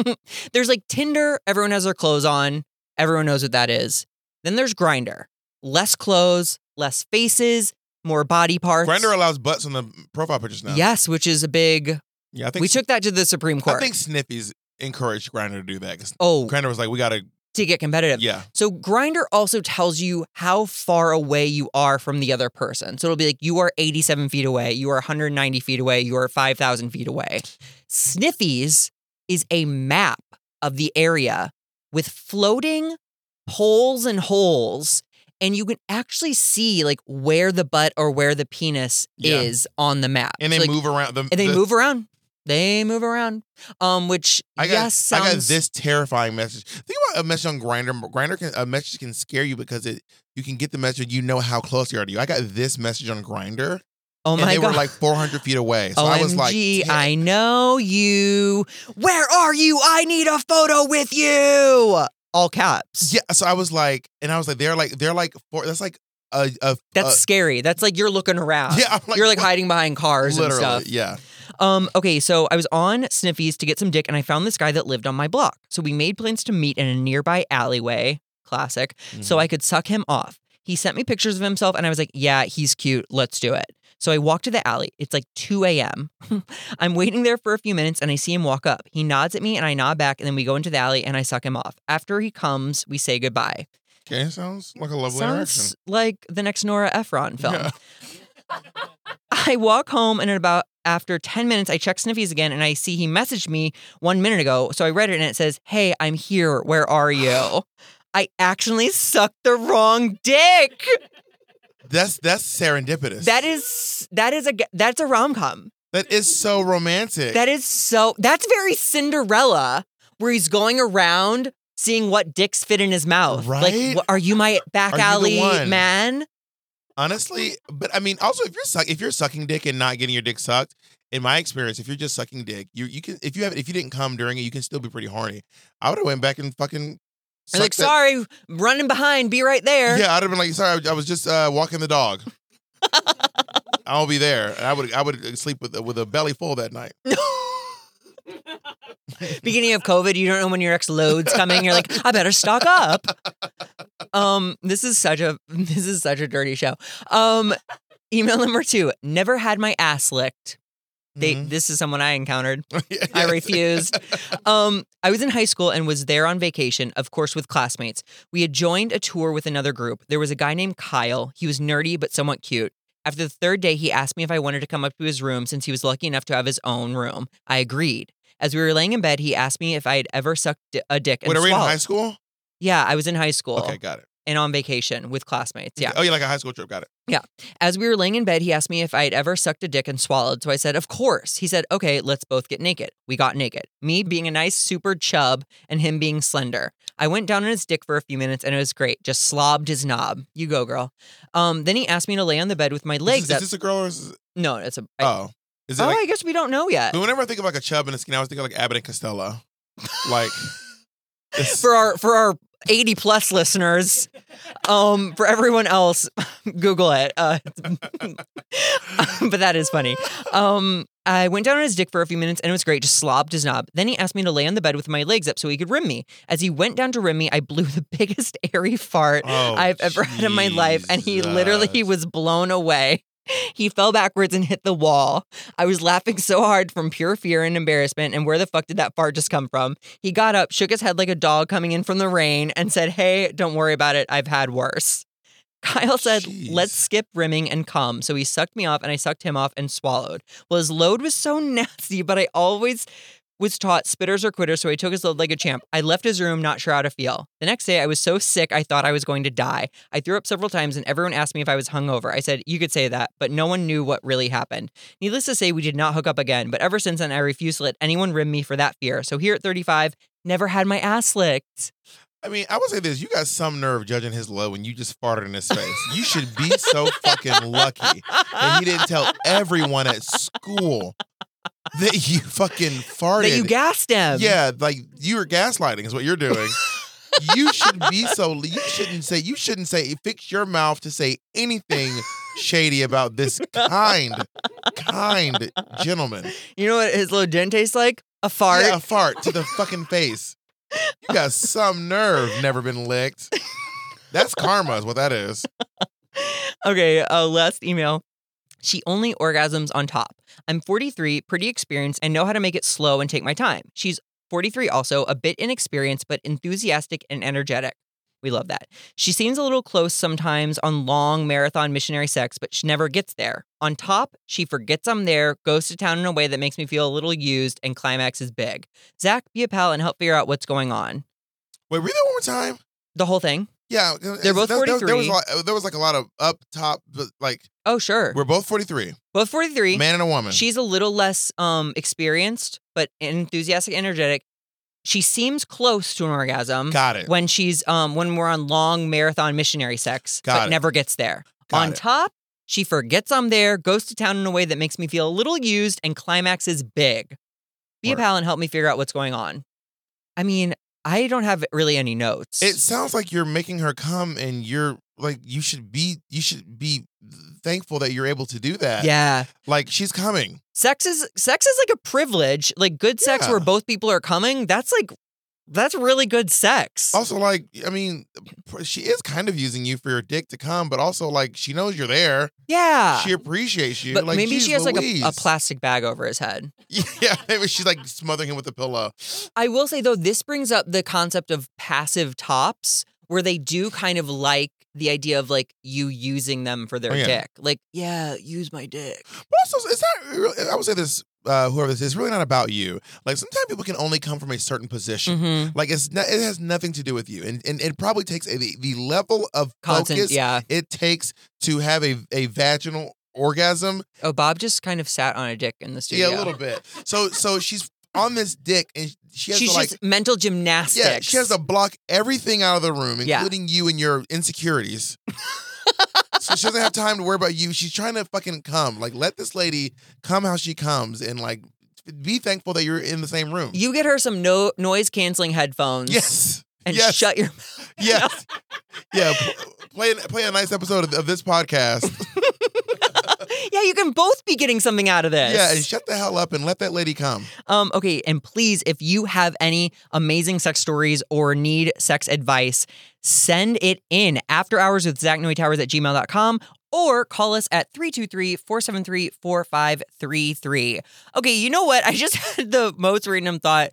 [LAUGHS] there's like Tinder. Everyone has their clothes on. Everyone knows what that is. Then there's Grinder. Less clothes, less faces, more body parts.
Grinder allows butts on the profile pictures now.
Yes, which is a big.
yeah. I think
We took that to the Supreme
I
Court.
think sniffies encouraged Grinder to do that because
oh,
Grinder was like, we gotta.
to get competitive.
Yeah,
So Grinder also tells you how far away you are from the other person. So it'll be like you are 87 feet away, you are 190 feet away, you are 5,000 feet away. Sniffies is a map of the area with floating poles and holes and you can actually see like where the butt or where the penis
Yeah.
is on the map.
and
So,
they
like,
move around. The,
and they
the-
move around. They move around. Um which
I got,
yes
I got
sounds-
this terrifying message. Think about a message on Grinder. Grinder can a message can scare you because it you can get the message. You know how close you are to you. I got this message on Grinder,
Oh
and
my
they
god.
were like 400 feet away. So I was like,
OMG,
"Damn."
I know you. Where are you? I need a photo with you. All caps.
yeah. So I was like, and I was like, they're like, they're like, four, that's like a, a
That's
a-
scary. That's like you're looking around.
uh, [LAUGHS] yeah. I'm like,
you're like
what?
hiding behind cars
literally,
and stuff.
yeah.
Um, okay, so I was on Sniffies to get some dick and I found this guy that lived on my block. So we made plans to meet in a nearby alleyway. Classic. so I could suck him off. He sent me pictures of himself, and I was like, yeah, he's cute. Let's do it. So I walk to the alley. It's like 2 a.m. [LAUGHS] I'm waiting there for a few minutes and I see him walk up. He nods at me and I nod back, and then we go into the alley and I suck him off. After he comes, we say goodbye.
okay, sounds like a lovely
Sounds like the next Nora Ephron film.
interaction. [LAUGHS] Yeah.
I walk home and in about after 10 minutes, I check Sniffies again and I see he messaged me one minute ago. So I read it and it says, Hey, I'm here. Where are you?
[SIGHS]
I actually sucked the wrong dick.
That's that's serendipitous.
That is that is a that's a rom com.
that is so romantic.
That is so that's very Cinderella, where he's going around seeing what dicks fit in his mouth.
Right?
Like, "Wh- are you my back
Are you the
alley
one?"
man?
Honestly, but I mean, also if you're suck, if you're sucking dick and not getting your dick sucked, in my experience, if you're just sucking dick, you you can if you have if you didn't come during it, you can still be pretty horny. I would have went back and fucking.
I'm like,
sucked that-
sorry, running behind, be right there.
Yeah, I'd have been like, sorry, I was just uh, walking
[LAUGHS]
the dog. I'll be there. And I would I would uh, sleep with with a belly full that night. [LAUGHS]
Beginning of COVID, you don't know when your next load's coming. You're like, I better stock up. Um, this is such a this is such a dirty show. Um, email number two. Never had my ass licked. They
Mhm.
this is someone I encountered.
[LAUGHS] Yeah,
I
yeah.
refused. um, I was in high school and was there on vacation, of course, with classmates. We had joined a tour with another group. There was a guy named Kyle. He was nerdy but somewhat cute. After the third day, he asked me if I wanted to come up to his room since he was lucky enough to have his own room. I agreed. As we were laying in bed, he asked me if I had ever sucked di- a dick and
Wait, are we in
swallowed.
high school?
Yeah, I was in high school
Okay, got it.
and on vacation with classmates. Yeah.
Oh, yeah, like a high school trip. Got it.
As we were laying in bed, he asked me if I had ever sucked a dick and swallowed. So I said, Of course. He said, Okay, let's both get naked. We got naked. Me being a nice, super chub, and him being slender. I went down on his dick for a few minutes and it was great. Just slobbed his knob. You go, girl. Um, then he asked me to lay on the bed with my legs
Is this,
up.
is this a girl or is this,
no, it's a. I-
oh? Is it
oh,
like,
I guess we don't know yet.
but whenever I think of like a chub and a skin, I always think of like Abbott and Costello. Like it's-
[LAUGHS] For our for our 80 plus listeners, um, for everyone else, [LAUGHS] Google it. Uh, [LAUGHS] but that is funny. Um, I went down on his dick for a few minutes and it was great. Just slobbed his knob. Then he asked me to lay on the bed with my legs up so he could rim me. As he went down to rim me, I blew the [LAUGHS] biggest airy fart
Oh,
I've ever had in my life, and he literally he [LAUGHS]
Jesus.
was blown away. He fell backwards and hit the wall. I was laughing so hard from pure fear and embarrassment. And where the fuck did that fart just come from? He got up, shook his head like a dog coming in from the rain, and said, Hey, don't worry about it. I've had worse. [LAUGHS] Kyle said,
Jeez.
Let's skip rimming and come. So [LAUGHS] he sucked me off and I sucked him off and swallowed. Well, his load was so nasty, but I always was taught spitters or quitters, so I took his load like a champ. I left his room not sure how to feel. The next day, I was so sick I thought I was going to die. I threw up several times, and everyone asked me if I was hungover. I said, You could say that, but no one knew what really happened. Needless to say, we did not hook up again, but ever since then, I refuse to let anyone rim me for that fear. So here at 35, never had my ass licked.
I mean, I would say this: you got some nerve judging his low when you just farted in his face. you should be so fucking lucky that
[LAUGHS]
he didn't tell everyone at school that you fucking farted.
That you gassed him.
yeah, like you were gaslighting is what
[LAUGHS]
you're doing. you should be so. You shouldn't say. You shouldn't say. Fix your mouth to say anything shady about this kind, kind gentleman.
You know what his load didn't taste like? A fart.
Yeah, a fart to the fucking face. You got some nerve. Never been licked. That's karma, is what that is.
Okay, uh, last email. She only orgasms on top. I'm 43, pretty experienced, and know how to make it slow and take my time. She's 43 also, a bit inexperienced, but enthusiastic and energetic. We love that. She seems a little close sometimes on long marathon missionary sex, but she never gets there. On top, she forgets I'm there, goes to town in a way that makes me feel a little used, and climax is big. Zach, be a pal and help figure out what's going on.
Wait, read that one more time.
The whole thing?
Yeah, uh,
They're both
there- there- There, was
43.
a lot- uh, there was like a lot of up top, but like
Oh, sure.
we're both forty three,
Both 43.
man and a woman.
She's a little less um experienced, but enthusiastic, energetic. She seems close to an orgasm
got it.
when she's um when we're on long marathon missionary sex,
Got
but
it.
never gets there.
Got
on
it.
top, she forgets I'm there, goes to town in a way that makes me feel a little used, and climax is big. Be
Word.
a pal and help me figure out what's going on. I mean, I don't have really any notes.
It sounds like you're making her come, and you're like you should be. You should be thankful that you're able to do that.
yeah.
like she's coming.
sex is sex is like a privilege like good sex
Yeah.
where both people are coming that's like that's really good sex
Also, like I mean, she is kind of using you for your dick to come, but also like she knows you're there.
yeah
she appreciates you.
but
like,
maybe
geez
she has
Louise.
like a, a plastic bag over his head
[LAUGHS] Yeah, maybe she's like smothering him with a pillow.
i will say though this brings up the concept of passive tops where they do kind of like the idea of like you using them for their
Oh, yeah.
dick like yeah use my dick
But also, it's not. Really, I would say this. Uh, whoever this is, it's really not about you. Like sometimes people can only come from a certain position.
mm-hmm.
Like it's not, it has nothing to do with you, and and it probably takes a, the the level of
constant
focus
yeah
it takes to have a a vaginal orgasm.
oh bob just kind of sat on a dick in the studio
Yeah, a little bit. So so she's on this dick, and she has
she's
to like
just mental gymnastics
yeah, she has to block everything out of the room,
Yeah.
including you and your insecurities. so she doesn't have time to worry about you. She's trying to fucking come. Like, let this lady come how she comes, and like, be thankful that you're in the same room.
you get her some no noise canceling headphones
Yes.
and
yes.
shut your [LAUGHS]
Yes. yeah. pl- Play play a nice episode of, of this
[LAUGHS]
podcast.
yeah you can both be getting something out of this
Yeah, and shut the hell up and let that lady come.
um okay and please if you have any amazing sex stories or need sex advice send it in after hours with zach towers at gmail.com or call us at 323-473-4533 okay you know what i just [LAUGHS] had the most random thought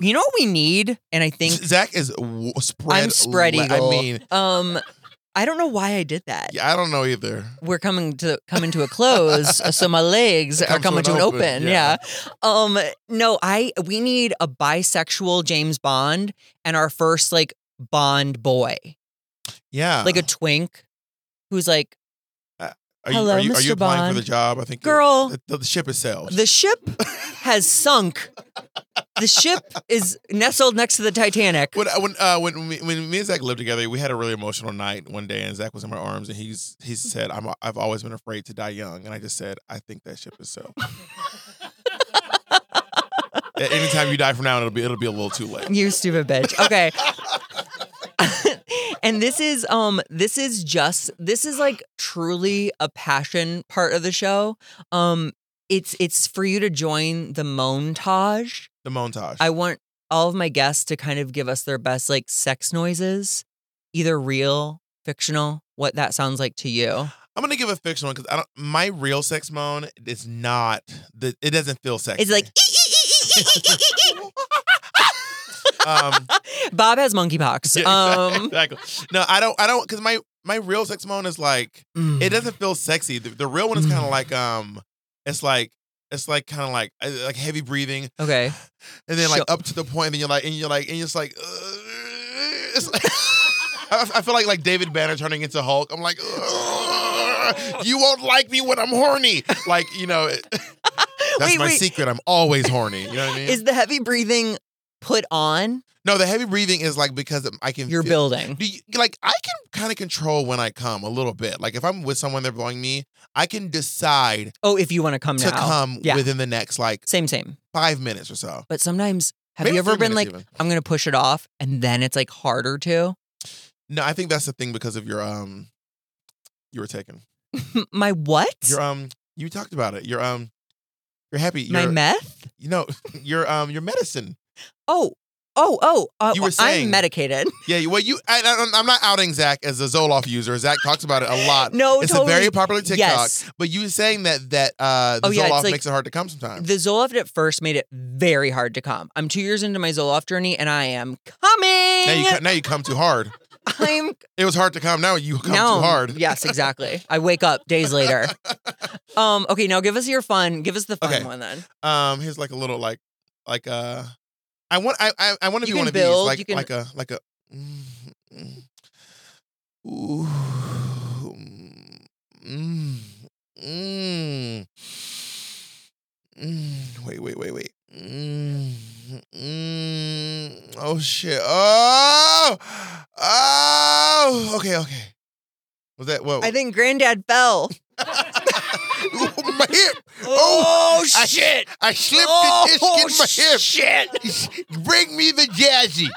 you know what we need and i think
Zach is w- spread.
i'm spread
le-
eagle
I mean,
um i don't know why i did that
yeah, I don't know either.
we're coming to coming to a close, so my legs are
Come
coming to an, open. Yeah.
yeah.
Um. No, I we need a bisexual James Bond and our first like Bond boy,
Yeah.
like a twink, who's like,
are you,
hello,
are you, Are you
Mr.
applying for
Bond.
the job? I think you're-
girl,
The, the ship is sailed.
the ship has sunk. The ship is nestled next to the Titanic.
When when uh, when we, when me and Zach lived together, we had a really emotional night one day, and Zach was in my arms, and he's he said, "I'm I've always been afraid to die young," and I just said, "I think that ship is so." Anytime you die from now, on, it'll be it'll be a little too late.
You stupid bitch. Okay. [LAUGHS] and this is um this is just this is like truly a passion part of the show. Um it's it's for you to join the montage.
The montage.
I want all of my guests to kind of give us their best like sex noises, either real, fictional, what that sounds like to you.
I'm gonna give a fictional because I don't. My real sex moan is not the. It doesn't feel sexy.
It's like
um,
Bob has monkeypox.
[LAUGHS] yeah,
um
exactly. No, I don't. I don't because my my real sex moan is like.
mm. Mm-hmm.
it doesn't feel sexy. The, the real one is kind of like um, it's like it's like kind of like uh, like heavy breathing,
Okay.
and then like
Sure.
up to the point, and then you're like, and you're like, and it's like, uh, it's like [LAUGHS] I, I feel like like David Banner turning into Hulk. I'm like, "Ugh, you won't like me when I'm horny. Like you
[LAUGHS]
know, it- that's
Wait,
my
wait.
secret. I'm always horny. You know what I mean?
Is the heavy breathing put on?
no, the heavy breathing is like because I can.
You're
feel-
building.
Do you, like I can kind of control when I come a little bit. Like if I'm with someone they're blowing me, I can decide
Oh, if you want to come
to
now.
come
Yeah.
within the next like
Same, same.
five minutes or so.
But sometimes, have
Maybe
you ever
three
been like,
minutes even.
I'm going to push it off and then it's like harder to?
No, I think that's the thing because of your um, you were taken.
My what?
Your um, you talked about it. Your um, you're happy. Your,
My meth?
You know, [LAUGHS] your um, your medicine.
Oh, oh, oh. Uh,
You were
well,
saying-
I'm medicated. [LAUGHS]
Yeah. you- Well, you. I, I, I'm not outing Zach as a Zoloft user. Zach talks about it a lot.
No,
it's
totally.
a very popular TikTok.
Yes.
But you were saying that that uh, the
Oh, yeah, it's
Zoloft
like-
makes it hard to come sometimes.
The Zoloft at first made it very hard to come. I'm two years into my Zoloft journey and I am coming.
now you co- now you come too hard.
[LAUGHS] I'm
It was hard to [LAUGHS] come. Now you come
now.
too hard.
Yes, exactly. I wake up days
[LAUGHS]
later. Um. Okay, now give us your fun. Give us the fun
Okay.
one then.
Um, here's like a little like like uh, I want I I, I want to
You can
be one of
build,
these like
you can-
like a like a. Mm, mm, ooh, mm, mm, mm, wait wait wait wait. Mm, mm, oh shit! Oh oh. Okay okay. Was that what?
I think Granddad fell.
Ooh, [LAUGHS] my hip.
[LAUGHS] Oh,
I-
shit.
I, slipped
Oh,
the disc in my hip.
shit.
[LAUGHS] Bring me the jazzy.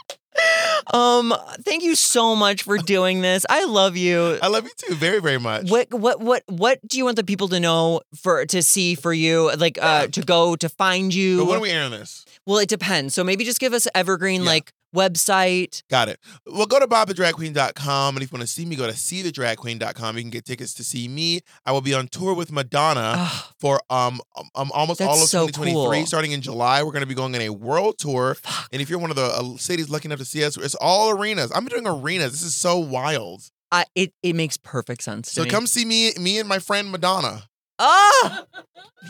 Um. Thank you so much for doing this. I love you.
I love you too, very very much.
What what what what do you want the people to know for to see for you like uh to go to find you?
But when are we airing this?
well, it depends. So maybe just give us evergreen
Yeah.
like website.
Got it. Well, go to bobthedragqueen.com. And if you want to see me, go to seethedragqueen.com. You can get tickets to see me. I will be on tour with Madonna
Ugh.
for um, um, um almost
That's
all of
so
2023.
cool.
Starting in July, we're going to be going on a world tour. And if you're one of the uh, cities lucky enough to see us, it's all arenas. I'm doing arenas. This is so wild.
I, it it makes perfect sense. To
So
me.
come see me, me and my friend Madonna.
Ah,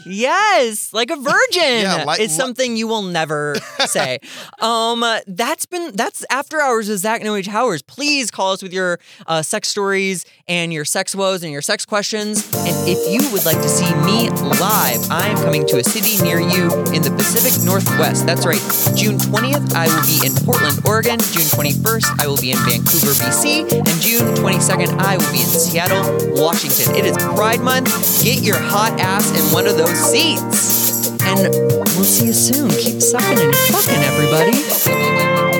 yes, like a virgin.
[LAUGHS] Yeah, like-
it's
li-
something you will never say. um, uh, that's been that's after hours with Zach Noe Towers. Please call us with your uh, sex stories and your sex woes and your sex questions. And if you would like to see me live, I am coming to a city near you in the Pacific Northwest. That's right. June 20th, I will be in Portland, Oregon. June 21st, I will be in Vancouver, BC. And June 22nd, I will be in Seattle, Washington. It is Pride Month. Get your hot ass in one of those seats. And we'll see you soon. Keep sucking and fucking, everybody.